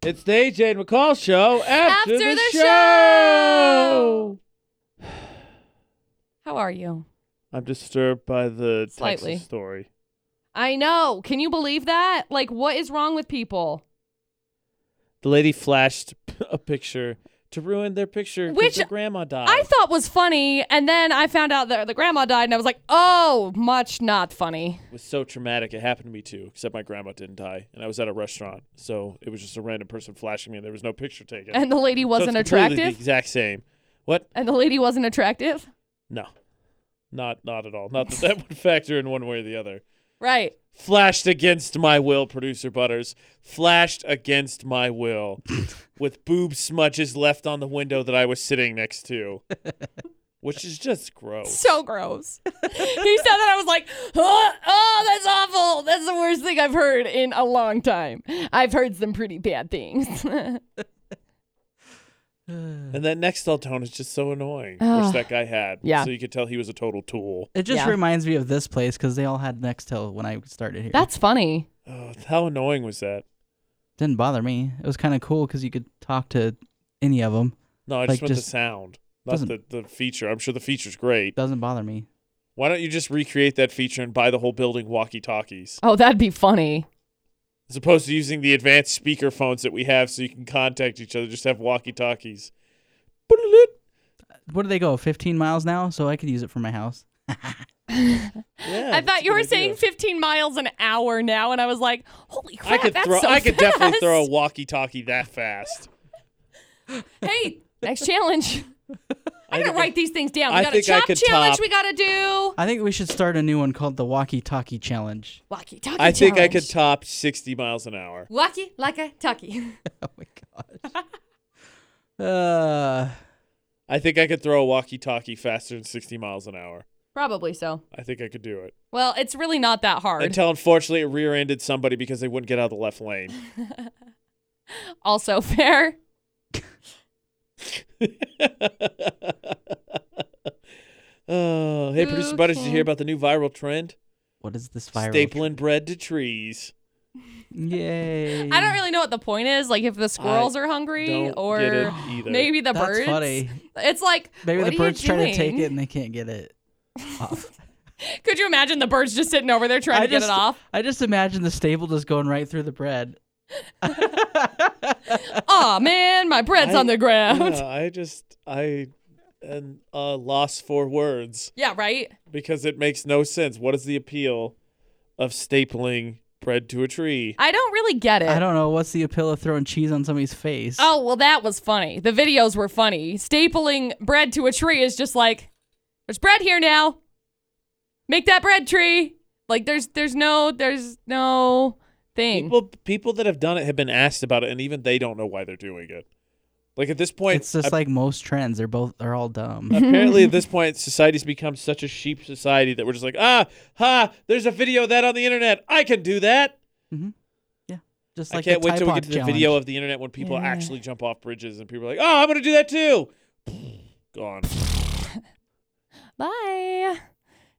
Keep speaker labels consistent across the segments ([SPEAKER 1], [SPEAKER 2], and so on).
[SPEAKER 1] It's the AJ and McCall show after,
[SPEAKER 2] After
[SPEAKER 1] the,
[SPEAKER 2] the
[SPEAKER 1] show.
[SPEAKER 2] show. How are you?
[SPEAKER 1] I'm disturbed by the
[SPEAKER 2] Slightly.
[SPEAKER 1] Texas story.
[SPEAKER 2] I know. Can you believe that? Like, what is wrong with people?
[SPEAKER 1] The lady flashed a picture to ruin their picture 'cause
[SPEAKER 2] Which
[SPEAKER 1] their grandma died.
[SPEAKER 2] I thought was funny, and then I found out that the grandma died, and I was like, oh, much not funny.
[SPEAKER 1] it was so traumatic. It happened to me too, except my grandma didn't die, and I was at a restaurant, so it was just a random person flashing me, and there was no picture taken.
[SPEAKER 2] And the lady
[SPEAKER 1] So it's
[SPEAKER 2] wasn't
[SPEAKER 1] completely
[SPEAKER 2] attractive.
[SPEAKER 1] The exact same. What?
[SPEAKER 2] And the lady wasn't attractive.
[SPEAKER 1] No, not not at all. Not that that would factor in one way or the other.
[SPEAKER 2] Right.
[SPEAKER 1] Flashed against my will, producer Butters. Flashed against my will, with boob smudges left on the window that I was sitting next to, which is just gross.
[SPEAKER 2] So gross. he said that I was like, oh, oh, that's awful. That's the worst thing I've heard in a long time. I've heard some pretty bad things.
[SPEAKER 1] And that Nextel tone is just so annoying,
[SPEAKER 2] Ugh.
[SPEAKER 1] which that guy had.
[SPEAKER 2] Yeah.
[SPEAKER 1] So you could tell he was a total tool.
[SPEAKER 3] It just
[SPEAKER 2] Yeah.
[SPEAKER 3] reminds me of this place because they all had Nextel when I started here.
[SPEAKER 2] that's funny.
[SPEAKER 1] Oh, how annoying was that?
[SPEAKER 3] didn't bother me. It was kind of cool because you could talk to any of them.
[SPEAKER 1] No, I
[SPEAKER 3] Like,
[SPEAKER 1] just meant
[SPEAKER 3] just
[SPEAKER 1] the sound, not the,
[SPEAKER 3] doesn't-
[SPEAKER 1] the feature. I'm sure the feature's great.
[SPEAKER 3] Doesn't bother me.
[SPEAKER 1] Why don't you just recreate that feature and buy the whole building walkie talkies?
[SPEAKER 2] Oh, that'd be funny.
[SPEAKER 1] As opposed to using the advanced speaker phones that we have so you can contact each other, just have walkie talkies.
[SPEAKER 3] What do they go? 15 miles now, so I could use it for my house.
[SPEAKER 2] I thought you were saying 15 miles an hour now, and I was like, holy crap,
[SPEAKER 1] I could
[SPEAKER 2] that's
[SPEAKER 1] throw.
[SPEAKER 2] so
[SPEAKER 1] I could
[SPEAKER 2] fast.
[SPEAKER 1] definitely throw a walkie-talkie that fast.
[SPEAKER 2] Hey, next challenge. I gotta
[SPEAKER 1] think I-
[SPEAKER 2] write these things down. We
[SPEAKER 1] I
[SPEAKER 2] got a
[SPEAKER 1] think I
[SPEAKER 2] chop
[SPEAKER 1] could
[SPEAKER 2] challenge
[SPEAKER 1] top-
[SPEAKER 2] we gotta do.
[SPEAKER 3] I think we should start a new one called the Walkie Talkie Challenge.
[SPEAKER 2] Walkie talkie.
[SPEAKER 1] I think I could top
[SPEAKER 2] challenge.
[SPEAKER 1] 60 miles an hour.
[SPEAKER 2] Walkie like a talkie.
[SPEAKER 3] Oh my gosh. uh,
[SPEAKER 1] I think I could throw a walkie-talkie faster than 60 miles an hour.
[SPEAKER 2] Probably so.
[SPEAKER 1] I think I could do it.
[SPEAKER 2] Well, it's really not that hard.
[SPEAKER 1] Until unfortunately it rear-ended somebody because they wouldn't get out of the left lane.
[SPEAKER 2] also fair.
[SPEAKER 1] oh, hey, producer Butters, did you
[SPEAKER 2] Okay.
[SPEAKER 1] hear about the new viral trend?
[SPEAKER 3] what is this viral?
[SPEAKER 1] Stapling bread to trees.
[SPEAKER 3] Yay.
[SPEAKER 2] I don't really know what the point is. Like if the squirrels are hungry
[SPEAKER 1] Mm. Don't
[SPEAKER 2] or
[SPEAKER 1] get it either.
[SPEAKER 2] maybe the
[SPEAKER 3] That's
[SPEAKER 2] birds.
[SPEAKER 3] funny.
[SPEAKER 2] It's like
[SPEAKER 3] Maybe
[SPEAKER 2] what
[SPEAKER 3] the
[SPEAKER 2] are you
[SPEAKER 3] birds try to take
[SPEAKER 2] doing?
[SPEAKER 3] it and they can't get it off.
[SPEAKER 2] Could you imagine the birds just sitting over there trying
[SPEAKER 3] I
[SPEAKER 2] to
[SPEAKER 3] just-
[SPEAKER 2] get it off?
[SPEAKER 3] I just imagine the staple just going right through the bread.
[SPEAKER 2] Aw man, my bread's
[SPEAKER 1] I-
[SPEAKER 2] on the ground.
[SPEAKER 1] Yeah, I just I am uh, lost for words
[SPEAKER 2] yeah right.
[SPEAKER 1] because it makes no sense. What is the appeal of stapling bread to a tree?
[SPEAKER 2] I don't really get it.
[SPEAKER 3] I don't know what's the appeal of throwing cheese on somebody's face.
[SPEAKER 2] Oh, well, that was funny. The videos were funny. Stapling bread to a tree is just like, there's bread here now. Make that bread tree. Like there's there's no there's no thing.
[SPEAKER 1] People people that have done it have been asked about it, and even they don't know why they're doing it. Like at this point,
[SPEAKER 3] it's just
[SPEAKER 1] I- Uh,
[SPEAKER 3] like most trends. They're both they're all dumb.
[SPEAKER 1] apparently at this point society's become such a sheep society that we're just like ah ha there's a video of that on the internet i can do that
[SPEAKER 3] Just
[SPEAKER 1] i
[SPEAKER 3] like the
[SPEAKER 1] can't wait
[SPEAKER 3] Tide
[SPEAKER 1] till we
[SPEAKER 3] Pod
[SPEAKER 1] get to the
[SPEAKER 3] challenge.
[SPEAKER 1] video of the internet when people
[SPEAKER 3] Yeah.
[SPEAKER 1] actually jump off bridges and people are like oh i'm gonna do that too gone
[SPEAKER 2] Bye.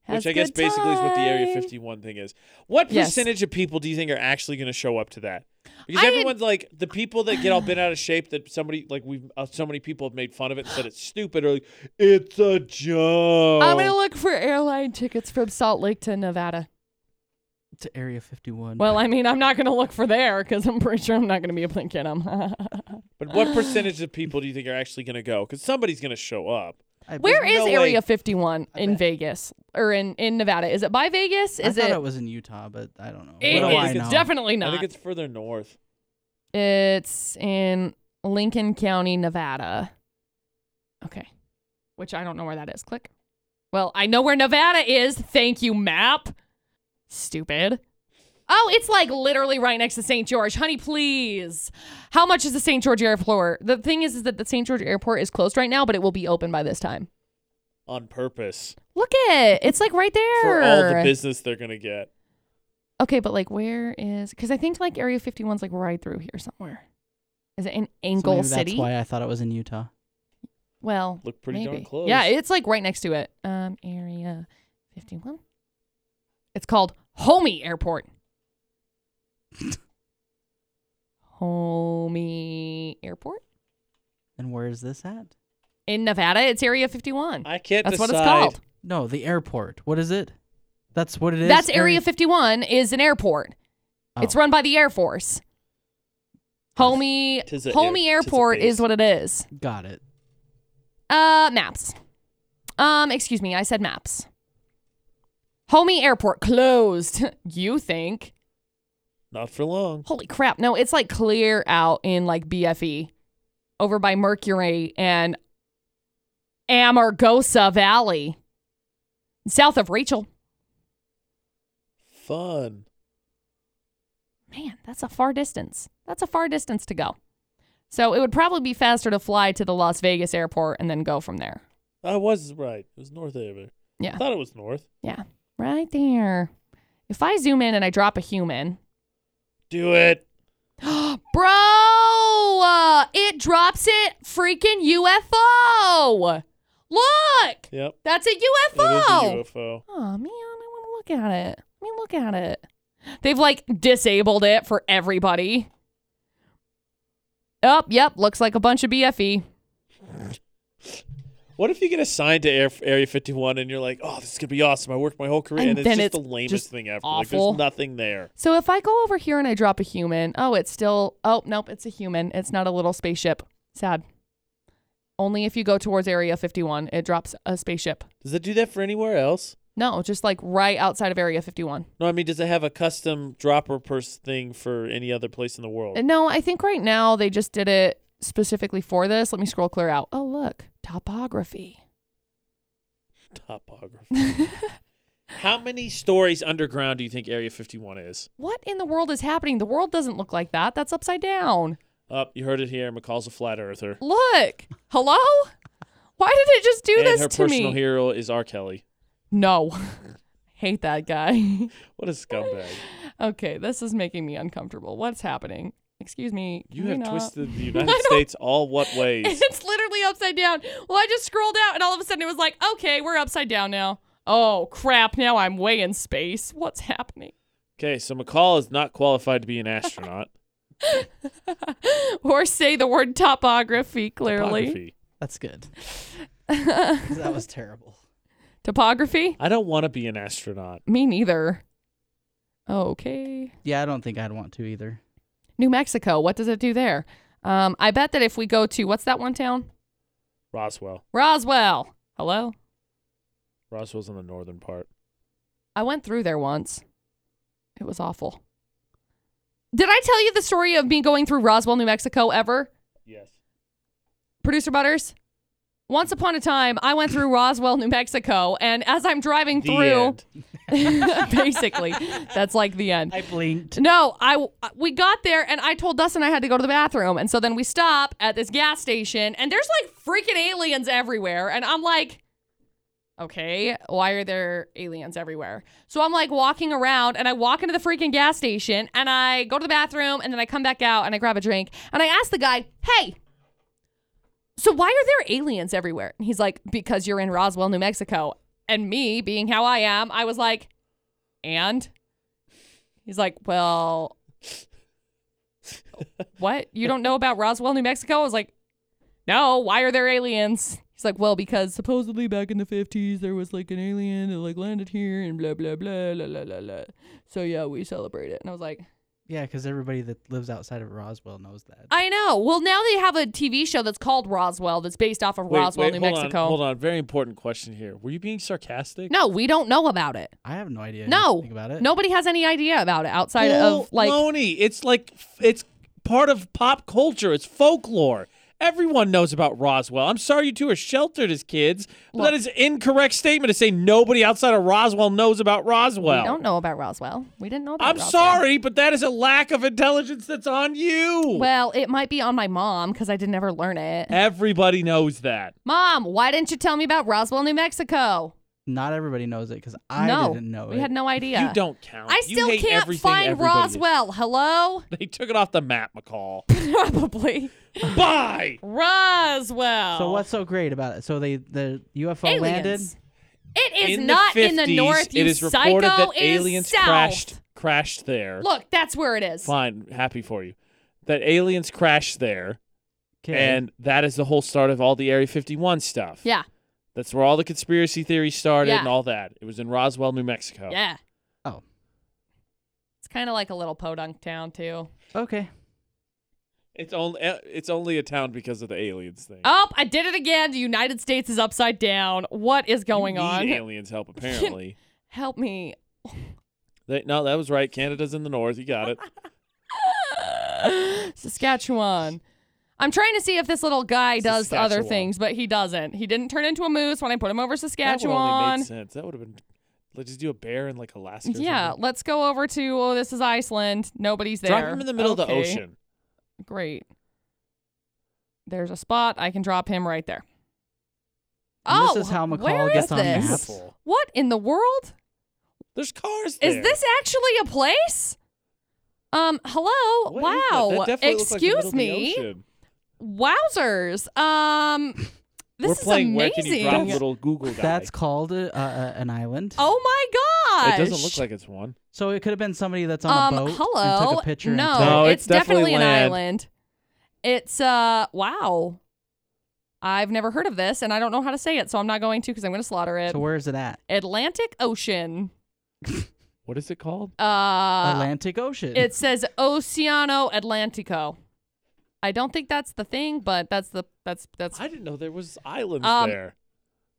[SPEAKER 2] Has
[SPEAKER 1] which i guess
[SPEAKER 2] good
[SPEAKER 1] basically is what the area
[SPEAKER 2] time.
[SPEAKER 1] 51 thing is what
[SPEAKER 2] Yes.
[SPEAKER 1] percentage of people do you think are actually gonna show up to that because
[SPEAKER 2] I-
[SPEAKER 1] everyone's like the people that get all bent out of shape that somebody like we've uh, so many people have made fun of it and said it's stupid or like it's a joke
[SPEAKER 2] I'm gonna look for airline tickets from Salt Lake to Nevada.
[SPEAKER 3] to Area 51.
[SPEAKER 2] Well, I mean, I'm not gonna look for there because I'm pretty sure I'm not gonna be able to get them.
[SPEAKER 1] But what percentage of people do you think are actually going to go? Because somebody's going to show up.
[SPEAKER 3] I bet-
[SPEAKER 2] Where is
[SPEAKER 1] no way.
[SPEAKER 2] Area 51 in Vegas or in in Nevada? Is it by Vegas?
[SPEAKER 3] I
[SPEAKER 2] Is
[SPEAKER 3] thought
[SPEAKER 2] it?
[SPEAKER 3] it was in Utah, but I don't know.
[SPEAKER 2] It
[SPEAKER 3] what do
[SPEAKER 1] I
[SPEAKER 2] is
[SPEAKER 3] I know?
[SPEAKER 2] definitely
[SPEAKER 1] I
[SPEAKER 2] not.
[SPEAKER 1] think it's further north.
[SPEAKER 2] It's in Lincoln County, Nevada. Okay. Which I don't know where that is. Click. Well, I know where Nevada is. Thank you, map. Stupid. Oh, it's like literally right next to St. George. Honey, please. How much is the St. George Airport? The thing is, is that the St. George Airport is closed right now, but it will be open by this time.
[SPEAKER 1] On purpose
[SPEAKER 2] Look it. It's like right there.
[SPEAKER 1] for all the business they're going to get.
[SPEAKER 2] Okay, but like where is because I think like Area 51's like right through here somewhere. Is it in
[SPEAKER 3] So
[SPEAKER 2] Angle
[SPEAKER 3] maybe
[SPEAKER 2] City?
[SPEAKER 3] That's why I thought it was in Utah.
[SPEAKER 2] Well,
[SPEAKER 1] Look pretty darn
[SPEAKER 2] maybe.
[SPEAKER 1] close.
[SPEAKER 2] Yeah, it's like right next to it. Um, Area 51. It's called Homie Airport. Homie Airport
[SPEAKER 3] And where is this at?
[SPEAKER 2] in Nevada. It's Area 51.
[SPEAKER 1] I can't
[SPEAKER 2] That's what
[SPEAKER 1] decide.
[SPEAKER 2] it's called.
[SPEAKER 3] No, the airport. What is it? That's what it is.
[SPEAKER 2] That's Area 51 is an airport. It's
[SPEAKER 3] Oh.
[SPEAKER 2] run by the Air Force. Homie,
[SPEAKER 1] Tis a air-
[SPEAKER 2] Homie
[SPEAKER 1] tis a
[SPEAKER 2] Airport
[SPEAKER 1] base.
[SPEAKER 2] is what it is.
[SPEAKER 3] Got it.
[SPEAKER 2] Uh, maps. Um, excuse me, I said maps. Homie Airport closed. you think?
[SPEAKER 1] Not for long.
[SPEAKER 2] Holy crap. No, it's like clear out in like BFE over by Mercury and Amargosa Valley, south of Rachel.
[SPEAKER 1] Fun.
[SPEAKER 2] Man, that's a far distance. That's a far distance to go. So it would probably be faster to fly to the Las Vegas airport and then go from there.
[SPEAKER 1] I was right. It was north of there.
[SPEAKER 2] Yeah.
[SPEAKER 1] I thought it was north.
[SPEAKER 2] Yeah, right there. If I zoom in and I drop a human,
[SPEAKER 1] Do it.
[SPEAKER 2] bro, uh, it drops it freaking UFO. Look,
[SPEAKER 1] Yep.
[SPEAKER 2] that's a
[SPEAKER 1] It is a
[SPEAKER 2] UFO.
[SPEAKER 1] UFO.
[SPEAKER 2] Oh man, I want to look at it. I mean, look at it. They've like disabled it for everybody. Oh, yep, looks like a bunch of E. BFE.
[SPEAKER 1] What if you get assigned to Air, Area 51 and you're like, oh, this is going to be awesome. I worked my whole career.
[SPEAKER 2] And
[SPEAKER 1] And, it's
[SPEAKER 2] then
[SPEAKER 1] just
[SPEAKER 2] it's
[SPEAKER 1] the lamest
[SPEAKER 2] just
[SPEAKER 1] thing ever.
[SPEAKER 2] awful.
[SPEAKER 1] Like, there's nothing there.
[SPEAKER 2] So if I go over here and I drop a human, oh, it's still, oh, nope, it's a human. It's not a little spaceship. Sad. Only if you go towards Area 51, it drops a spaceship.
[SPEAKER 1] Does it do that for anywhere else?
[SPEAKER 2] No, just like right outside of Area 51.
[SPEAKER 1] No, I mean, does it have a custom dropper purse thing for any other place in the world?
[SPEAKER 2] And No, I think right now they just did it specifically for this. Let me scroll clear out. Oh, look, topography.
[SPEAKER 1] Topography. How many stories underground do you think Area 51 is?
[SPEAKER 2] What in the world is happening? The world doesn't look like that. That's upside down.
[SPEAKER 1] Up, you heard it here. McCall's a flat earther.
[SPEAKER 2] Look. Hello? Why did it just do
[SPEAKER 1] and
[SPEAKER 2] this
[SPEAKER 1] her
[SPEAKER 2] to
[SPEAKER 1] personal
[SPEAKER 2] me?
[SPEAKER 1] hero is R. Kelly.
[SPEAKER 2] no. Hate that guy.
[SPEAKER 1] What a scumbag.
[SPEAKER 2] okay, this is making me uncomfortable. What's happening? Excuse me.
[SPEAKER 1] You
[SPEAKER 2] can we
[SPEAKER 1] have
[SPEAKER 2] not-
[SPEAKER 1] twisted the
[SPEAKER 2] I
[SPEAKER 1] United
[SPEAKER 2] don't-
[SPEAKER 1] States all what ways?
[SPEAKER 2] It's literally upside down. Well, I just scrolled out and all of a sudden it was like, okay, we're upside down now. Oh, crap. Now I'm way in space. What's happening?
[SPEAKER 1] Okay, so McCall is not qualified to be an astronaut.
[SPEAKER 2] or say the word topography clearly.
[SPEAKER 1] Topography.
[SPEAKER 3] That's good. 'Cause that was terrible.
[SPEAKER 2] topography?
[SPEAKER 1] I don't want to be an astronaut.
[SPEAKER 2] Me neither. Okay.
[SPEAKER 3] Yeah, I don't think I'd want to either.
[SPEAKER 2] New Mexico, what does it do there? Um, I bet that if we go to what's that one town?
[SPEAKER 1] Roswell.
[SPEAKER 2] Roswell. Hello?
[SPEAKER 1] Roswell's in the northern part.
[SPEAKER 2] I went through there once. It was awful. Did I tell you the story of me going through Roswell, New Mexico ever?
[SPEAKER 1] Yes.
[SPEAKER 2] Producer Butters? Once upon a time, I went through Roswell, New Mexico, and as I'm driving
[SPEAKER 1] The
[SPEAKER 2] through,
[SPEAKER 1] end.
[SPEAKER 2] basically, that's like the end.
[SPEAKER 3] I blinked.
[SPEAKER 2] No, I uh, we got there and I told Dustin I had to go to the bathroom, and so then we stop at this gas station, and there's like freaking aliens everywhere, and I'm like, okay, why are there aliens everywhere? So I'm like walking around, and I walk into the freaking gas station, and I go to the bathroom, and then I come back out, and I grab a drink, and I ask the guy, hey. So why are there aliens everywhere? And he's like, because you're in Roswell, New Mexico. And me, being how I am, I was like, and He's like, Well, what? You don't know about Roswell, New Mexico? I was like, No, why are there aliens? He's like, Well, because supposedly back in the 50s, there was like an alien that like landed here and blah, blah, blah, la, la, la, la. So yeah, we celebrate it. And I was like,
[SPEAKER 3] Yeah, because everybody that lives outside of Roswell knows that.
[SPEAKER 2] I know. Well, now they have a TV show that's called Roswell that's based off of
[SPEAKER 1] Wait,
[SPEAKER 2] Roswell,
[SPEAKER 1] wait,
[SPEAKER 2] New
[SPEAKER 1] hold
[SPEAKER 2] Mexico.
[SPEAKER 1] On, hold on. Very important question here. Were you being sarcastic?
[SPEAKER 2] No, we don't know about it.
[SPEAKER 3] I have no idea.
[SPEAKER 2] No.
[SPEAKER 3] anything about it.
[SPEAKER 2] Nobody has any idea about it outside of like.
[SPEAKER 1] Baloney. It's like it's part of pop culture. It's folklore. Everyone knows about Roswell. I'm sorry you two are sheltered as kids, but that is an incorrect statement to say nobody outside of Roswell knows about Roswell.
[SPEAKER 2] We don't know about Roswell. We didn't know about
[SPEAKER 1] I'm
[SPEAKER 2] Roswell.
[SPEAKER 1] sorry, but that is a lack of intelligence that's on you.
[SPEAKER 2] Well, it might be on my mom because I didn't ever learn it.
[SPEAKER 1] Eh. Everybody knows that.
[SPEAKER 2] Mom, why didn't you tell me about Roswell, New Mexico?
[SPEAKER 3] Not everybody knows it because I
[SPEAKER 2] no,
[SPEAKER 3] didn't know
[SPEAKER 2] we
[SPEAKER 3] it.
[SPEAKER 2] had no idea.
[SPEAKER 1] You don't count.
[SPEAKER 2] I
[SPEAKER 1] You
[SPEAKER 2] still
[SPEAKER 1] hate
[SPEAKER 2] can't
[SPEAKER 1] everything
[SPEAKER 2] find
[SPEAKER 1] everybody did.
[SPEAKER 2] Roswell. Hello,
[SPEAKER 1] They took it off the map, McCall.
[SPEAKER 2] probably
[SPEAKER 1] Bye.
[SPEAKER 2] Roswell.
[SPEAKER 3] so what's so great about it? So they the UFO
[SPEAKER 2] aliens?
[SPEAKER 3] landed.
[SPEAKER 2] It is
[SPEAKER 1] in
[SPEAKER 2] not
[SPEAKER 1] the 50s,
[SPEAKER 2] in the north. You
[SPEAKER 1] it is
[SPEAKER 2] psycho.
[SPEAKER 1] reported that
[SPEAKER 2] It is
[SPEAKER 1] aliens
[SPEAKER 2] south.
[SPEAKER 1] crashed crashed there.
[SPEAKER 2] Look, that's where it is.
[SPEAKER 1] Fine, happy for you. that aliens crashed there, and that is the whole start of all the Area 51 stuff.
[SPEAKER 2] Yeah.
[SPEAKER 1] That's where all the conspiracy theories started
[SPEAKER 2] Yeah.
[SPEAKER 1] and all that. It was in Roswell, New Mexico.
[SPEAKER 2] Yeah.
[SPEAKER 3] Oh.
[SPEAKER 2] It's kind of like a little podunk town too.
[SPEAKER 3] okay.
[SPEAKER 1] It's only eh, it's only a town because of the aliens thing.
[SPEAKER 2] Oh, I did it again. The United States is upside down. What is
[SPEAKER 1] You
[SPEAKER 2] going
[SPEAKER 1] need
[SPEAKER 2] on?
[SPEAKER 1] Aliens help apparently.
[SPEAKER 2] Help me.
[SPEAKER 1] They- no, that was right. Canada's in the north. You got it.
[SPEAKER 2] Saskatchewan. I'm trying to see if this little guy does other
[SPEAKER 1] Saskatchewan.
[SPEAKER 2] things, but he doesn't. He didn't turn into a moose when I put him over
[SPEAKER 1] That would only
[SPEAKER 2] Saskatchewan.
[SPEAKER 1] make sense. That would have been. Let's just do a bear in like Alaska. or
[SPEAKER 2] Yeah,
[SPEAKER 1] something.
[SPEAKER 2] let's go over to oh, this is Iceland. Nobody's there.
[SPEAKER 1] Drop him in the middle of the
[SPEAKER 2] Okay,
[SPEAKER 1] ocean.
[SPEAKER 2] Great. There's a spot I can drop him right there.
[SPEAKER 3] And
[SPEAKER 2] oh,
[SPEAKER 3] this is how McCall
[SPEAKER 2] where is
[SPEAKER 3] gets on
[SPEAKER 2] this?
[SPEAKER 3] maps.
[SPEAKER 1] Beautiful.
[SPEAKER 2] What in the world?
[SPEAKER 1] There's cars.
[SPEAKER 2] Is
[SPEAKER 1] there.
[SPEAKER 2] this actually a place? Um, hello.
[SPEAKER 1] What is that?
[SPEAKER 2] wow.
[SPEAKER 1] That definitely looks like the
[SPEAKER 2] Excuse
[SPEAKER 1] middle of the
[SPEAKER 2] me.
[SPEAKER 1] ocean.
[SPEAKER 2] Wowzers. Um, this
[SPEAKER 1] We're
[SPEAKER 2] is
[SPEAKER 1] playing Where
[SPEAKER 2] amazing.
[SPEAKER 1] Can You Drop
[SPEAKER 3] That's-
[SPEAKER 1] Little Google guy.
[SPEAKER 3] That's called a, uh, an island.
[SPEAKER 2] oh my gosh.
[SPEAKER 1] It doesn't look like it's one.
[SPEAKER 3] So it could have been somebody that's on
[SPEAKER 2] Um,
[SPEAKER 3] a boat
[SPEAKER 2] hello.
[SPEAKER 3] and took a picture. and
[SPEAKER 2] no,
[SPEAKER 3] took-
[SPEAKER 1] No,
[SPEAKER 2] it's,
[SPEAKER 1] it's definitely
[SPEAKER 2] an
[SPEAKER 1] land.
[SPEAKER 2] island. It's uh, wow. I've never heard of this, and I don't know how to say it, so I'm not going to because I'm going to slaughter it.
[SPEAKER 3] So where is it at?
[SPEAKER 2] Atlantic Ocean.
[SPEAKER 1] What is it called?
[SPEAKER 2] Uh,
[SPEAKER 3] Atlantic Ocean.
[SPEAKER 2] It says Oceano Atlantico. I don't think that's the thing, but that's the that's that's
[SPEAKER 1] I didn't know there was islands
[SPEAKER 2] Um,
[SPEAKER 1] there.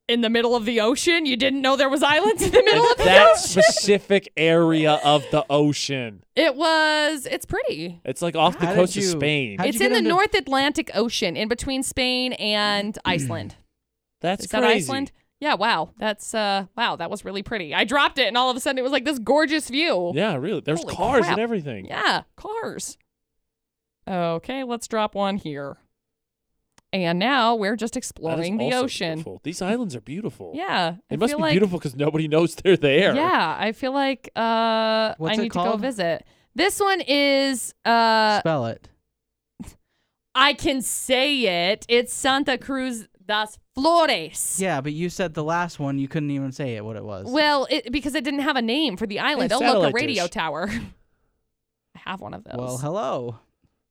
[SPEAKER 2] in the middle of the ocean. You didn't know there was islands in the middle of the
[SPEAKER 1] that
[SPEAKER 2] ocean.
[SPEAKER 1] specific area of the ocean.
[SPEAKER 2] It was. It's pretty.
[SPEAKER 1] It's like off the
[SPEAKER 3] How did
[SPEAKER 1] coast
[SPEAKER 3] you-
[SPEAKER 1] of Spain.
[SPEAKER 3] how- How'd
[SPEAKER 2] it's
[SPEAKER 3] you
[SPEAKER 2] in
[SPEAKER 3] get
[SPEAKER 2] the
[SPEAKER 3] into-
[SPEAKER 2] North Atlantic Ocean, in between Spain and Iceland.
[SPEAKER 1] That's
[SPEAKER 2] Is that
[SPEAKER 1] crazy.
[SPEAKER 2] Iceland? Yeah. Wow. That's uh. Wow. That was really pretty. I dropped it, and all of a sudden, it was like this gorgeous view.
[SPEAKER 1] Yeah, really. There's
[SPEAKER 2] Holy
[SPEAKER 1] cars
[SPEAKER 2] crap.
[SPEAKER 1] and everything.
[SPEAKER 2] Yeah, cars. Okay, let's drop one here. And now we're just
[SPEAKER 1] That is
[SPEAKER 2] exploring the
[SPEAKER 1] also
[SPEAKER 2] ocean.
[SPEAKER 1] beautiful. These islands are beautiful.
[SPEAKER 2] Yeah. I
[SPEAKER 1] It must
[SPEAKER 2] feel
[SPEAKER 1] be
[SPEAKER 2] like,
[SPEAKER 1] beautiful because nobody knows they're there.
[SPEAKER 2] Yeah, I feel like uh
[SPEAKER 3] What's
[SPEAKER 2] I
[SPEAKER 3] it
[SPEAKER 2] need to go
[SPEAKER 3] called?
[SPEAKER 2] visit. This one is uh
[SPEAKER 3] Spell it.
[SPEAKER 2] I can say it. It's Santa Cruz das Flores.
[SPEAKER 3] Yeah, but you said the last one you couldn't even say it what it was.
[SPEAKER 2] Well, it, because it didn't have a name for the island.
[SPEAKER 1] Hey,
[SPEAKER 2] oh look, a
[SPEAKER 1] satellite
[SPEAKER 2] radio
[SPEAKER 1] dish.
[SPEAKER 2] tower. I have one of those.
[SPEAKER 3] Well, hello.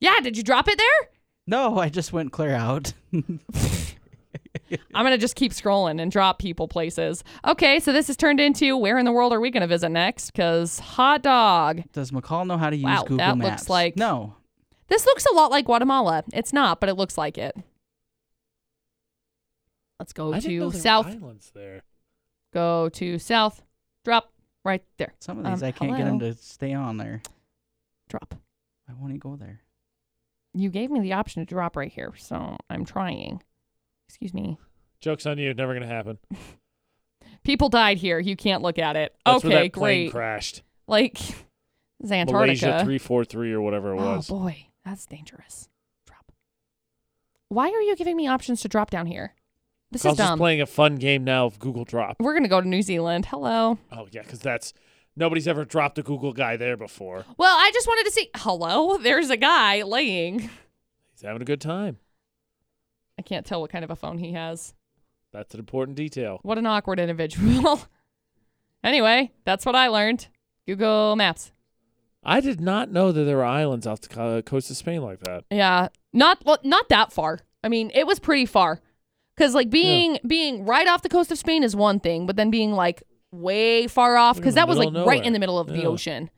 [SPEAKER 2] yeah, did you drop it there?
[SPEAKER 3] No, I just went clear out.
[SPEAKER 2] I'm gonna just keep scrolling and drop people places. Okay, so this has turned into where in the world are we gonna visit next? Because hot dog.
[SPEAKER 3] Does McCall know how to use
[SPEAKER 2] Wow,
[SPEAKER 3] Google
[SPEAKER 2] that looks
[SPEAKER 3] Maps?
[SPEAKER 2] like-
[SPEAKER 3] no.
[SPEAKER 2] This looks a lot like Guatemala. It's not, but it looks like it. Let's go
[SPEAKER 1] I didn't know
[SPEAKER 2] to
[SPEAKER 1] there were
[SPEAKER 2] south.
[SPEAKER 1] islands there.
[SPEAKER 2] Go to south. Drop right there.
[SPEAKER 3] Some of these
[SPEAKER 2] Um,
[SPEAKER 3] I can't get
[SPEAKER 2] hello?
[SPEAKER 3] 'em get them to stay on there.
[SPEAKER 2] Drop.
[SPEAKER 3] I want to go there.
[SPEAKER 2] You gave me the option to drop right here, so I'm trying. Excuse me.
[SPEAKER 1] Joke's on you. Never going to happen.
[SPEAKER 2] People died here. You can't look at it.
[SPEAKER 1] That's
[SPEAKER 2] okay,
[SPEAKER 1] where that plane
[SPEAKER 2] great.
[SPEAKER 1] crashed.
[SPEAKER 2] Like, this is Antarctica.
[SPEAKER 1] Malaysia 343 or whatever it was.
[SPEAKER 2] Oh boy, that's dangerous. Drop. Why are you giving me options to drop down here? This
[SPEAKER 1] Carl's
[SPEAKER 2] is dumb.
[SPEAKER 1] just playing a fun game now of Google Drop.
[SPEAKER 2] We're gonna go to New Zealand. Hello.
[SPEAKER 1] Oh, yeah, because that's. Nobody's ever dropped a Google guy there before.
[SPEAKER 2] Well, I just wanted to see. Hello, there's a guy laying.
[SPEAKER 1] He's having a good time.
[SPEAKER 2] I can't tell what kind of a phone he has.
[SPEAKER 1] That's an important detail.
[SPEAKER 2] What an awkward individual. anyway, that's what I learned. Google Maps.
[SPEAKER 1] I did not know that there were islands off the co- coast of Spain like that.
[SPEAKER 2] Yeah, not well, not that far. I mean, it was pretty far, because like being being right off the coast of Spain is one thing, but then being like way far off,
[SPEAKER 1] We're in
[SPEAKER 2] because
[SPEAKER 1] the
[SPEAKER 2] that was like
[SPEAKER 1] middle of
[SPEAKER 2] right
[SPEAKER 1] nowhere.
[SPEAKER 2] in the middle of the
[SPEAKER 1] Yeah.
[SPEAKER 2] ocean.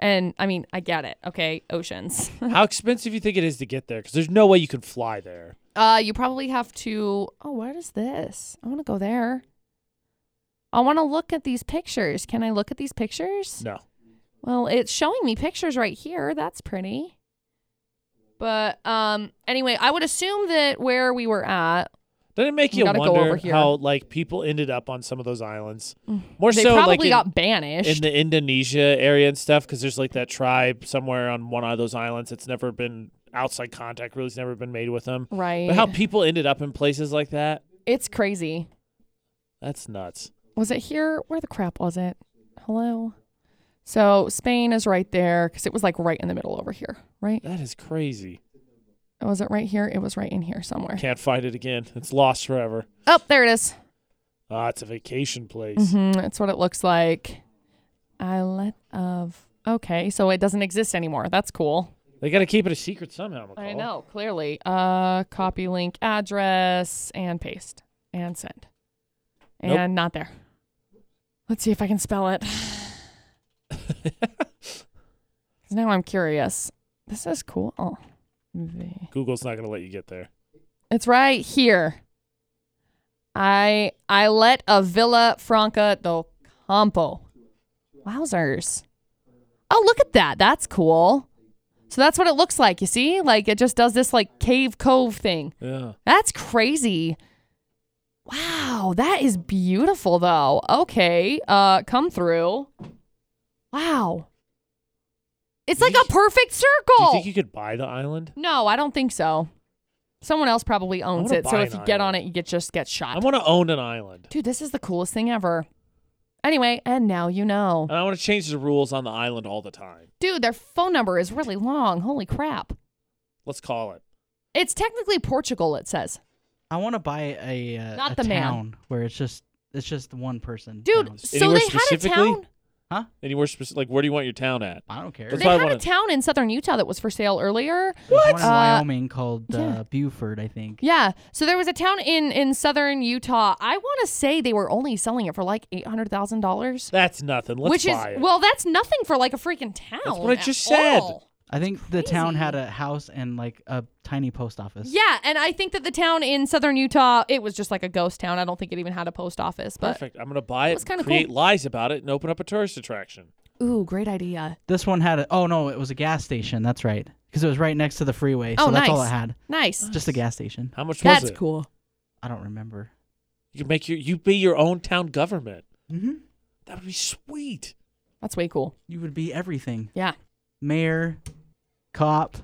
[SPEAKER 2] And I mean, I get it. Okay, oceans.
[SPEAKER 1] How expensive do you think it is to get there? Because there's no way you can fly there.
[SPEAKER 2] uh, you probably have to. Oh, what is this? I want to go there. I want to look at these pictures. Can I look at these pictures?
[SPEAKER 1] No.
[SPEAKER 2] Well, it's showing me pictures right here. That's pretty. But um anyway, I would assume that where we were at
[SPEAKER 1] Doesn't it make
[SPEAKER 2] We
[SPEAKER 1] you
[SPEAKER 2] gotta go over
[SPEAKER 1] wonder
[SPEAKER 2] here. Mm.
[SPEAKER 1] how like people ended up on some of those islands? More
[SPEAKER 2] they
[SPEAKER 1] so
[SPEAKER 2] probably
[SPEAKER 1] like in,
[SPEAKER 2] got
[SPEAKER 1] in
[SPEAKER 2] banished.
[SPEAKER 1] the Indonesia area and stuff, because there's like that tribe somewhere on one of those islands that's never been outside contact. Really, has never been made with them.
[SPEAKER 2] right.
[SPEAKER 1] But how people ended up in places like that?
[SPEAKER 2] it's crazy.
[SPEAKER 1] That's nuts.
[SPEAKER 2] Was it here? Where the crap was it? Hello. So Spain is right there because it was like right in the middle over here, right?
[SPEAKER 1] That is crazy.
[SPEAKER 2] Was it right here? It was right in here somewhere.
[SPEAKER 1] Can't find it again. It's lost forever.
[SPEAKER 2] Oh, there it is.
[SPEAKER 1] Ah, it's a vacation place.
[SPEAKER 2] Mm, that's what it looks like. Islet of. Okay, so it doesn't exist anymore. That's cool.
[SPEAKER 1] They got to keep it a secret somehow. McCall.
[SPEAKER 2] I know, clearly. Uh, copy link address and paste and send. And
[SPEAKER 1] Nope.
[SPEAKER 2] not there. Let's see if I can spell it. 'Cause now I'm curious. This is cool. V-
[SPEAKER 1] Google's not going to let you get there.
[SPEAKER 2] It's right here. I I let a Villa Franca del Campo. Wowzers. Oh, look at that. That's cool. So that's what it looks like, you see? Like it just does this like cave cove thing.
[SPEAKER 1] Yeah.
[SPEAKER 2] That's crazy. Wow, that is beautiful though. Okay, uh come through. Wow. It's
[SPEAKER 1] Do you
[SPEAKER 2] like a
[SPEAKER 1] think-
[SPEAKER 2] perfect
[SPEAKER 1] Do you
[SPEAKER 2] circle.
[SPEAKER 1] think you could buy the island?
[SPEAKER 2] No, I don't think so. Someone else probably owns
[SPEAKER 1] wanna
[SPEAKER 2] it, so
[SPEAKER 1] buy
[SPEAKER 2] if
[SPEAKER 1] an
[SPEAKER 2] you get on
[SPEAKER 1] island.
[SPEAKER 2] it, you get just get shot.
[SPEAKER 1] I want to own an island.
[SPEAKER 2] Dude, this is the coolest thing ever. Anyway, and now you know.
[SPEAKER 1] And I want to change the rules on the island all the time.
[SPEAKER 2] Dude, their phone number is really long. Holy crap.
[SPEAKER 1] Let's call it.
[SPEAKER 2] It's technically Portugal, it says.
[SPEAKER 3] I want to buy a uh,
[SPEAKER 2] Not
[SPEAKER 3] a
[SPEAKER 2] the man.
[SPEAKER 3] town where it's just it's just one person.
[SPEAKER 2] Dude,
[SPEAKER 3] town.
[SPEAKER 2] so
[SPEAKER 1] Anywhere
[SPEAKER 2] they had a
[SPEAKER 1] specifically?
[SPEAKER 2] town.
[SPEAKER 1] Anywhere specific? Like, where do you want your town at?
[SPEAKER 3] I don't care.
[SPEAKER 1] That's
[SPEAKER 2] They
[SPEAKER 3] There's
[SPEAKER 1] why I
[SPEAKER 2] had a
[SPEAKER 1] wanted-
[SPEAKER 2] town in southern Utah that was for sale earlier.
[SPEAKER 3] one in
[SPEAKER 2] Uh,
[SPEAKER 3] Wyoming called uh,
[SPEAKER 2] yeah.
[SPEAKER 3] Buford, I think.
[SPEAKER 2] Yeah. So there was a town in in southern Utah. I want to say they were only selling it for like $800,000.
[SPEAKER 1] That's nothing. Let's
[SPEAKER 2] Which is
[SPEAKER 1] buy it.
[SPEAKER 2] well, that's nothing for like a freaking town.
[SPEAKER 1] what I
[SPEAKER 2] at
[SPEAKER 1] just said.
[SPEAKER 2] all.
[SPEAKER 3] I think the town
[SPEAKER 2] crazy.
[SPEAKER 3] had a house and like a tiny post office.
[SPEAKER 2] Yeah, and I think that the town in southern Utah, it was just like a ghost town. I don't think it even had a post office, but
[SPEAKER 1] Perfect. I'm going to buy
[SPEAKER 2] was
[SPEAKER 1] it,
[SPEAKER 2] kinda
[SPEAKER 1] create lies about it, and open up a tourist attraction.
[SPEAKER 2] ooh, great idea.
[SPEAKER 3] This one had a oh no, it was a gas station. That's right, because it was right next to the freeway. So
[SPEAKER 2] Oh,
[SPEAKER 3] that's all
[SPEAKER 2] nice.
[SPEAKER 3] it had,
[SPEAKER 2] Nice.
[SPEAKER 3] just a gas station.
[SPEAKER 1] How much was
[SPEAKER 2] That's
[SPEAKER 1] it?
[SPEAKER 2] cool.
[SPEAKER 3] I don't remember.
[SPEAKER 1] You make your you be your own town government.
[SPEAKER 3] Mm-hmm.
[SPEAKER 1] That would be sweet.
[SPEAKER 2] That's way cool.
[SPEAKER 3] You would be everything:
[SPEAKER 2] Yeah.
[SPEAKER 3] mayor, cop.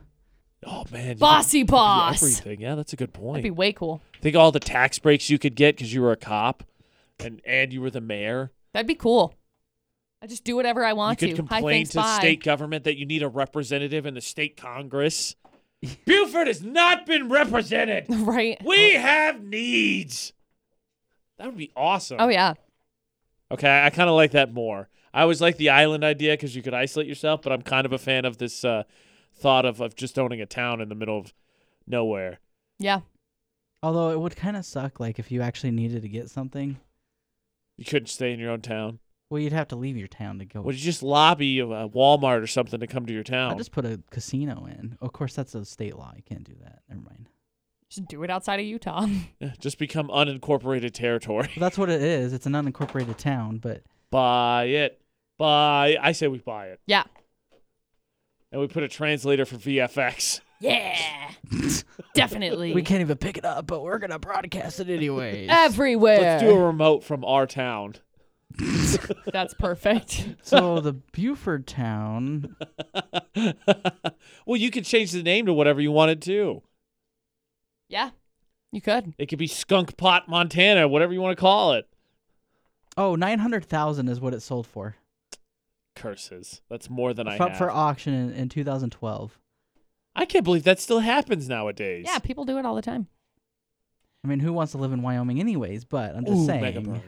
[SPEAKER 1] Oh man, you could-
[SPEAKER 2] Bossy
[SPEAKER 1] you could be
[SPEAKER 2] boss.
[SPEAKER 1] Everything. Yeah, that's a good point.
[SPEAKER 2] That'd be way cool.
[SPEAKER 1] Think all the tax breaks you could get because you were a cop, and and you were the mayor.
[SPEAKER 2] That'd be cool. I just do whatever I want
[SPEAKER 1] you could
[SPEAKER 2] to. Hi,
[SPEAKER 1] complain
[SPEAKER 2] thanks,
[SPEAKER 1] to
[SPEAKER 2] bye.
[SPEAKER 1] state government that you need a representative in the state congress. Buford has not been represented.
[SPEAKER 2] right.
[SPEAKER 1] We have needs. That would be awesome.
[SPEAKER 2] Oh yeah.
[SPEAKER 1] Okay, I kind of like that more. I always like the island idea because you could isolate yourself, but I'm kind of a fan of this uh, thought of, of just owning a town in the middle of nowhere.
[SPEAKER 2] Yeah.
[SPEAKER 3] Although it would kind of suck, like if you actually needed to get something,
[SPEAKER 1] You couldn't stay in your own town.
[SPEAKER 3] well, you'd have to leave your town to go.
[SPEAKER 1] Would you just lobby a a Walmart or something to come to your
[SPEAKER 3] I
[SPEAKER 1] town?
[SPEAKER 3] just put a casino in. Of course, that's a state law. You can't do that. Never mind.
[SPEAKER 2] Just do it outside of Utah.
[SPEAKER 1] Yeah, Just, become unincorporated territory.
[SPEAKER 3] Well, that's what it is. It's an unincorporated town, but
[SPEAKER 1] buy it. Buy. I say we buy it.
[SPEAKER 2] yeah.
[SPEAKER 1] And we put a translator for VFX.
[SPEAKER 2] Yeah. Definitely.
[SPEAKER 3] we can't even pick it up. But we're gonna broadcast it anyway.
[SPEAKER 2] Everywhere.
[SPEAKER 1] Let's do a remote from our town.
[SPEAKER 2] That's perfect.
[SPEAKER 3] so the Buford town.
[SPEAKER 1] well, you could change the name to whatever you wanted to.
[SPEAKER 2] yeah. You could.
[SPEAKER 1] It could be Skunk Pot, Montana, whatever you want to call it.
[SPEAKER 3] Oh, nine hundred thousand is what it sold for
[SPEAKER 1] Curses. That's more than I
[SPEAKER 3] for,
[SPEAKER 1] have.
[SPEAKER 3] for auction in, in 2012.
[SPEAKER 1] I can't believe that still happens nowadays.
[SPEAKER 2] Yeah, people do it all the time.
[SPEAKER 3] I mean, who wants to live in Wyoming anyways? But I'm just
[SPEAKER 1] Ooh,
[SPEAKER 3] saying.
[SPEAKER 1] mega burn.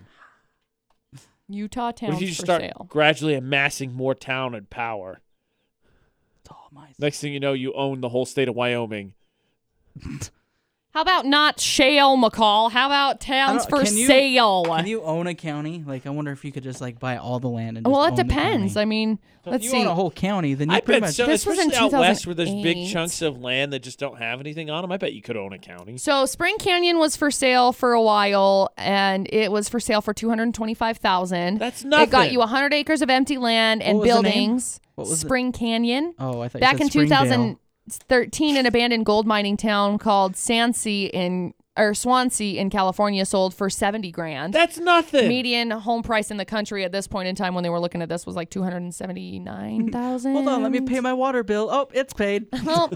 [SPEAKER 2] Utah
[SPEAKER 1] What
[SPEAKER 2] towns
[SPEAKER 1] if you just
[SPEAKER 2] for
[SPEAKER 1] start
[SPEAKER 2] sale.
[SPEAKER 1] gradually amassing more town and power?
[SPEAKER 3] It's all mine.
[SPEAKER 1] Next thing you know, you own the whole state of Wyoming.
[SPEAKER 2] How about not shale, McCall? How about towns
[SPEAKER 3] I don't-
[SPEAKER 2] for
[SPEAKER 3] can you-
[SPEAKER 2] sale?
[SPEAKER 3] Can you own a county? Like, I wonder if you could just like buy all the land and. Just
[SPEAKER 2] well,
[SPEAKER 3] own
[SPEAKER 2] it
[SPEAKER 3] the
[SPEAKER 2] depends.
[SPEAKER 3] county.
[SPEAKER 2] I mean, let's
[SPEAKER 3] you
[SPEAKER 2] see.
[SPEAKER 3] own a whole county, then you
[SPEAKER 1] I
[SPEAKER 3] pretty
[SPEAKER 1] bet
[SPEAKER 3] much.
[SPEAKER 1] so,
[SPEAKER 2] This was in
[SPEAKER 1] especially out west where there's
[SPEAKER 2] 2008.
[SPEAKER 1] big chunks of land that just don't have anything on them. I bet you could own a county.
[SPEAKER 2] So Spring Canyon was for sale for a while, and it was for sale for two hundred twenty-five thousand.
[SPEAKER 1] That's
[SPEAKER 2] It got
[SPEAKER 1] nothing.
[SPEAKER 2] you hundred acres of empty land and
[SPEAKER 3] What was the name?
[SPEAKER 2] buildings.
[SPEAKER 3] What was it?
[SPEAKER 2] Spring Canyon.
[SPEAKER 3] Oh, I thought
[SPEAKER 2] Back in
[SPEAKER 3] you said Springdale.
[SPEAKER 2] 2013, an abandoned gold mining town called Sansi in or Swansea in California sold for seventy grand.
[SPEAKER 1] That's nothing.
[SPEAKER 2] Median home price in the country at this point in time, when they were looking at this, was like two hundred seventy-nine thousand.
[SPEAKER 3] Hold on, let me pay my water bill. Oh, it's paid.
[SPEAKER 2] Well,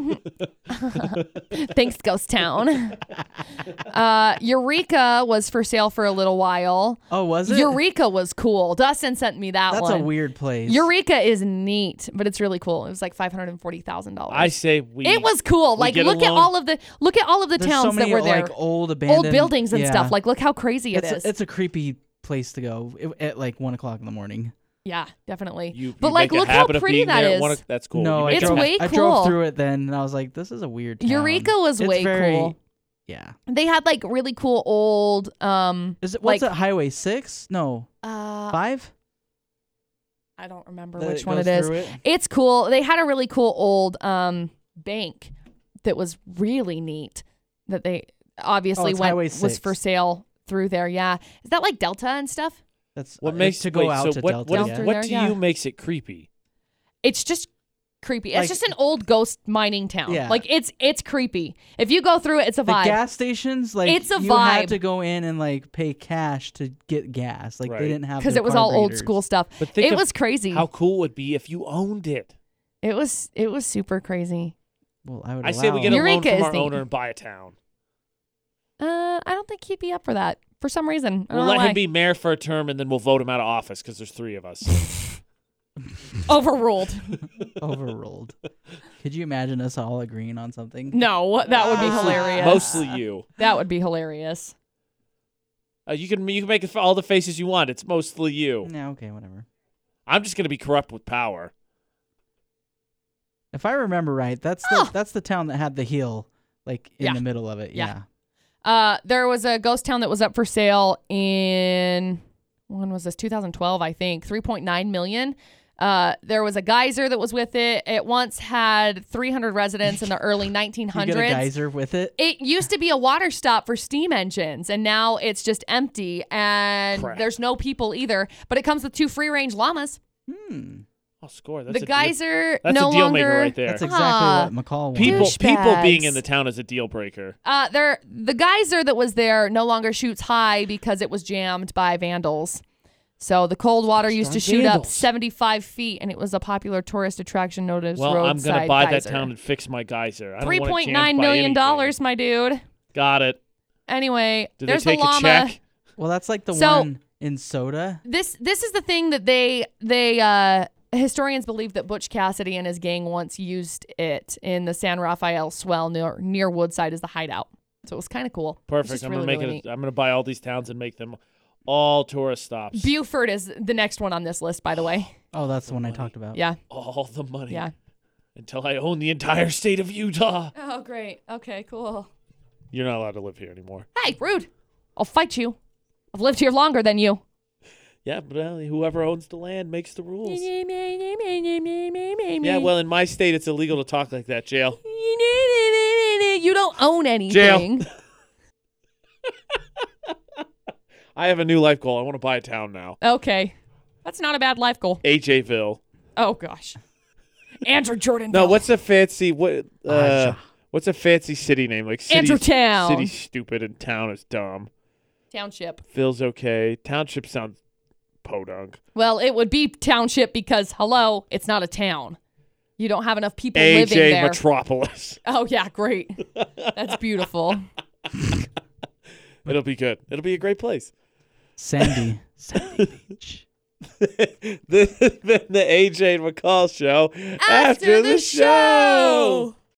[SPEAKER 2] thanks, Ghost Town. Uh, Eureka was for sale for a little while.
[SPEAKER 3] Oh, was it?
[SPEAKER 2] Eureka was cool. Dustin sent me that
[SPEAKER 3] That's
[SPEAKER 2] one.
[SPEAKER 3] a weird place.
[SPEAKER 2] Eureka is neat, but it's really cool. It was like five hundred and forty thousand
[SPEAKER 1] I
[SPEAKER 2] dollars.
[SPEAKER 1] say we.
[SPEAKER 2] It was cool.
[SPEAKER 1] we
[SPEAKER 2] Like
[SPEAKER 1] get
[SPEAKER 2] look at
[SPEAKER 1] along.
[SPEAKER 2] all of the look at all of the
[SPEAKER 3] There's
[SPEAKER 2] towns
[SPEAKER 3] so many,
[SPEAKER 2] that were there,
[SPEAKER 3] Like old abandoned
[SPEAKER 2] old buildings and
[SPEAKER 3] yeah.
[SPEAKER 2] stuff. Like look how crazy it
[SPEAKER 3] it's
[SPEAKER 2] is.
[SPEAKER 3] A, it's a creepy place to go i- at like one o'clock in the morning.
[SPEAKER 2] Yeah, definitely.
[SPEAKER 1] You, you
[SPEAKER 2] But, like,
[SPEAKER 1] make a
[SPEAKER 2] look how
[SPEAKER 1] habit of
[SPEAKER 2] pretty
[SPEAKER 1] being
[SPEAKER 2] that
[SPEAKER 1] there at
[SPEAKER 2] is.
[SPEAKER 1] one o- that's cool.
[SPEAKER 3] No,
[SPEAKER 1] You
[SPEAKER 3] I
[SPEAKER 1] make
[SPEAKER 2] It's
[SPEAKER 1] a
[SPEAKER 3] drove,
[SPEAKER 1] habit-
[SPEAKER 2] way
[SPEAKER 3] I drove
[SPEAKER 2] cool.
[SPEAKER 3] through it then, and I was like, "This is a weird." Town.
[SPEAKER 2] Eureka was
[SPEAKER 3] It's
[SPEAKER 2] way
[SPEAKER 3] very-
[SPEAKER 2] cool.
[SPEAKER 3] Yeah.
[SPEAKER 2] They had like really cool old um
[SPEAKER 3] Is it what's
[SPEAKER 2] Like-
[SPEAKER 3] it? Highway six? No,
[SPEAKER 2] uh
[SPEAKER 3] five.
[SPEAKER 2] I don't remember
[SPEAKER 3] That
[SPEAKER 2] which one it
[SPEAKER 3] goes
[SPEAKER 2] is.
[SPEAKER 3] through it?
[SPEAKER 2] It's cool. They had a really cool old um bank that was really neat that they obviously
[SPEAKER 3] Oh, it's
[SPEAKER 2] went
[SPEAKER 3] Highway
[SPEAKER 2] was
[SPEAKER 3] 6.
[SPEAKER 2] for sale through there. Yeah. Is that like Delta and stuff?
[SPEAKER 3] That's
[SPEAKER 1] What
[SPEAKER 3] uh,
[SPEAKER 1] makes
[SPEAKER 3] to go
[SPEAKER 1] wait,
[SPEAKER 3] out
[SPEAKER 1] so
[SPEAKER 3] to
[SPEAKER 1] what,
[SPEAKER 3] Delta.
[SPEAKER 1] What,
[SPEAKER 2] Down
[SPEAKER 3] yeah.
[SPEAKER 2] through
[SPEAKER 1] what
[SPEAKER 2] there,
[SPEAKER 1] do
[SPEAKER 2] yeah.
[SPEAKER 1] you makes it creepy?
[SPEAKER 2] It's just creepy. It's
[SPEAKER 3] Like-
[SPEAKER 2] just an old ghost mining town.
[SPEAKER 3] Yeah.
[SPEAKER 2] Like it's it's creepy. If you go through it, it's a
[SPEAKER 3] the
[SPEAKER 2] vibe.
[SPEAKER 3] gas stations, like
[SPEAKER 2] It's a
[SPEAKER 3] you
[SPEAKER 2] vibe.
[SPEAKER 3] had to go in and like pay cash to get gas. Like
[SPEAKER 1] Right.
[SPEAKER 3] they didn't have
[SPEAKER 2] because
[SPEAKER 3] their
[SPEAKER 2] it was all
[SPEAKER 3] card
[SPEAKER 2] old
[SPEAKER 3] readers.
[SPEAKER 2] school stuff.
[SPEAKER 1] But think
[SPEAKER 2] It
[SPEAKER 1] of
[SPEAKER 2] was crazy.
[SPEAKER 1] how cool it would be if you owned it.
[SPEAKER 2] It was it was super crazy.
[SPEAKER 3] Well, I would.
[SPEAKER 1] I say we
[SPEAKER 3] allow-
[SPEAKER 1] get a loan
[SPEAKER 2] Eureka
[SPEAKER 1] from
[SPEAKER 2] is
[SPEAKER 1] our
[SPEAKER 2] the-
[SPEAKER 1] owner and buy a town.
[SPEAKER 2] Uh, I don't think he'd be up for that for some reason. I
[SPEAKER 1] We'll
[SPEAKER 2] don't know
[SPEAKER 1] let
[SPEAKER 2] why.
[SPEAKER 1] him be mayor for a term, and then we'll vote him out of office because there's three of us.
[SPEAKER 2] overruled.
[SPEAKER 3] overruled. Could you imagine us all agreeing on something?
[SPEAKER 2] No, that would be
[SPEAKER 1] Mostly-
[SPEAKER 2] hilarious.
[SPEAKER 1] Mostly you.
[SPEAKER 2] that would be hilarious.
[SPEAKER 1] Uh, you can you can make it all the faces you want. It's mostly you.
[SPEAKER 3] No. Okay. Whatever.
[SPEAKER 1] I'm just gonna be corrupt with power.
[SPEAKER 3] If I remember right, that's
[SPEAKER 2] Oh.
[SPEAKER 3] the that's the town that had the hill like in
[SPEAKER 2] Yeah.
[SPEAKER 3] the middle of it.
[SPEAKER 2] Yeah.
[SPEAKER 3] Yeah.
[SPEAKER 2] Uh, there was a ghost town that was up for sale in when was this? 2012, I think. 3.9 million. Uh, there was a geyser that was with it. It once had 300 residents in the early
[SPEAKER 3] You get a
[SPEAKER 2] 1900s.
[SPEAKER 3] geyser with it.
[SPEAKER 2] It used to be a water stop for steam engines, and now it's just empty, and
[SPEAKER 1] Crap.
[SPEAKER 2] there's no people either. But it comes with two free range llamas.
[SPEAKER 3] Hmm.
[SPEAKER 1] I'll Oh, score. That's
[SPEAKER 2] the
[SPEAKER 1] a deal-
[SPEAKER 2] geyser
[SPEAKER 1] That's
[SPEAKER 2] no
[SPEAKER 1] a deal
[SPEAKER 2] longer.
[SPEAKER 1] maker right there.
[SPEAKER 3] That's exactly
[SPEAKER 2] Ah.
[SPEAKER 3] what McCall wanted.
[SPEAKER 1] people people being
[SPEAKER 2] douchebags.
[SPEAKER 1] in the town is a deal breaker.
[SPEAKER 2] Uh, there, the geyser that was there no longer shoots high because it was jammed by vandals. So the cold water used to
[SPEAKER 1] darn
[SPEAKER 2] shoot up
[SPEAKER 1] vandals.
[SPEAKER 2] 75 feet, and it was a popular tourist attraction known as
[SPEAKER 1] Well, I'm
[SPEAKER 2] roadside
[SPEAKER 1] gonna buy
[SPEAKER 2] geyser.
[SPEAKER 1] that town and fix my geyser. I don't
[SPEAKER 2] Three
[SPEAKER 1] want it
[SPEAKER 2] point
[SPEAKER 1] jammed
[SPEAKER 2] nine
[SPEAKER 1] by
[SPEAKER 2] million
[SPEAKER 1] anything.
[SPEAKER 2] dollars, my dude.
[SPEAKER 1] Got it.
[SPEAKER 2] Anyway,
[SPEAKER 1] Did
[SPEAKER 2] there's
[SPEAKER 1] they take
[SPEAKER 2] the llama.
[SPEAKER 1] a check?
[SPEAKER 3] Well, that's like the
[SPEAKER 2] So-
[SPEAKER 3] one in soda.
[SPEAKER 2] this this is the thing that they they uh historians believe that Butch Cassidy and his gang once used it in the San Rafael swell near near Woodside as the hideout. So it was kind of cool. It's
[SPEAKER 1] Perfect.
[SPEAKER 2] just
[SPEAKER 1] I'm
[SPEAKER 2] really,
[SPEAKER 1] gonna make
[SPEAKER 2] really
[SPEAKER 1] it.
[SPEAKER 2] neat.
[SPEAKER 1] A, I'm gonna buy all these towns and make them all tourist stops.
[SPEAKER 2] Buford is the next one on this list, by the way.
[SPEAKER 3] Oh, that's the one I
[SPEAKER 1] money.
[SPEAKER 3] talked about.
[SPEAKER 2] Yeah,
[SPEAKER 1] all the money.
[SPEAKER 2] yeah.
[SPEAKER 1] Until I own the entire state of Utah.
[SPEAKER 2] Oh, great. Okay, cool.
[SPEAKER 1] You're not allowed to live here anymore.
[SPEAKER 2] Hey, rude. I'll fight you. I've lived here longer than you.
[SPEAKER 1] Yeah, but uh, whoever owns the land makes the rules. Yeah,
[SPEAKER 2] Yeah,
[SPEAKER 1] well, in my state, it's illegal to talk like that, jail.
[SPEAKER 2] you don't own anything.
[SPEAKER 1] I have a new life goal. I want to buy a town now.
[SPEAKER 2] Okay. That's not a bad life goal.
[SPEAKER 1] AJville.
[SPEAKER 2] Oh gosh. Andrew Jordan.
[SPEAKER 1] No,
[SPEAKER 2] Bell.
[SPEAKER 1] what's a fancy what? Uh,
[SPEAKER 3] Aja.
[SPEAKER 1] what's a fancy city name like? City's-
[SPEAKER 2] Andrewtown.
[SPEAKER 1] City's stupid and town is dumb.
[SPEAKER 2] township?
[SPEAKER 1] Phil's okay. Township sounds podunk.
[SPEAKER 2] Well, it would be township because hello, it's not a town. You don't have enough people living
[SPEAKER 1] AJ
[SPEAKER 2] there.
[SPEAKER 1] Metropolis.
[SPEAKER 2] oh yeah, great. That's beautiful.
[SPEAKER 1] It'll be good. It'll be a great place.
[SPEAKER 3] Sandy. Sandy Beach.
[SPEAKER 1] this has been the AJ and McCall show.
[SPEAKER 2] After the show.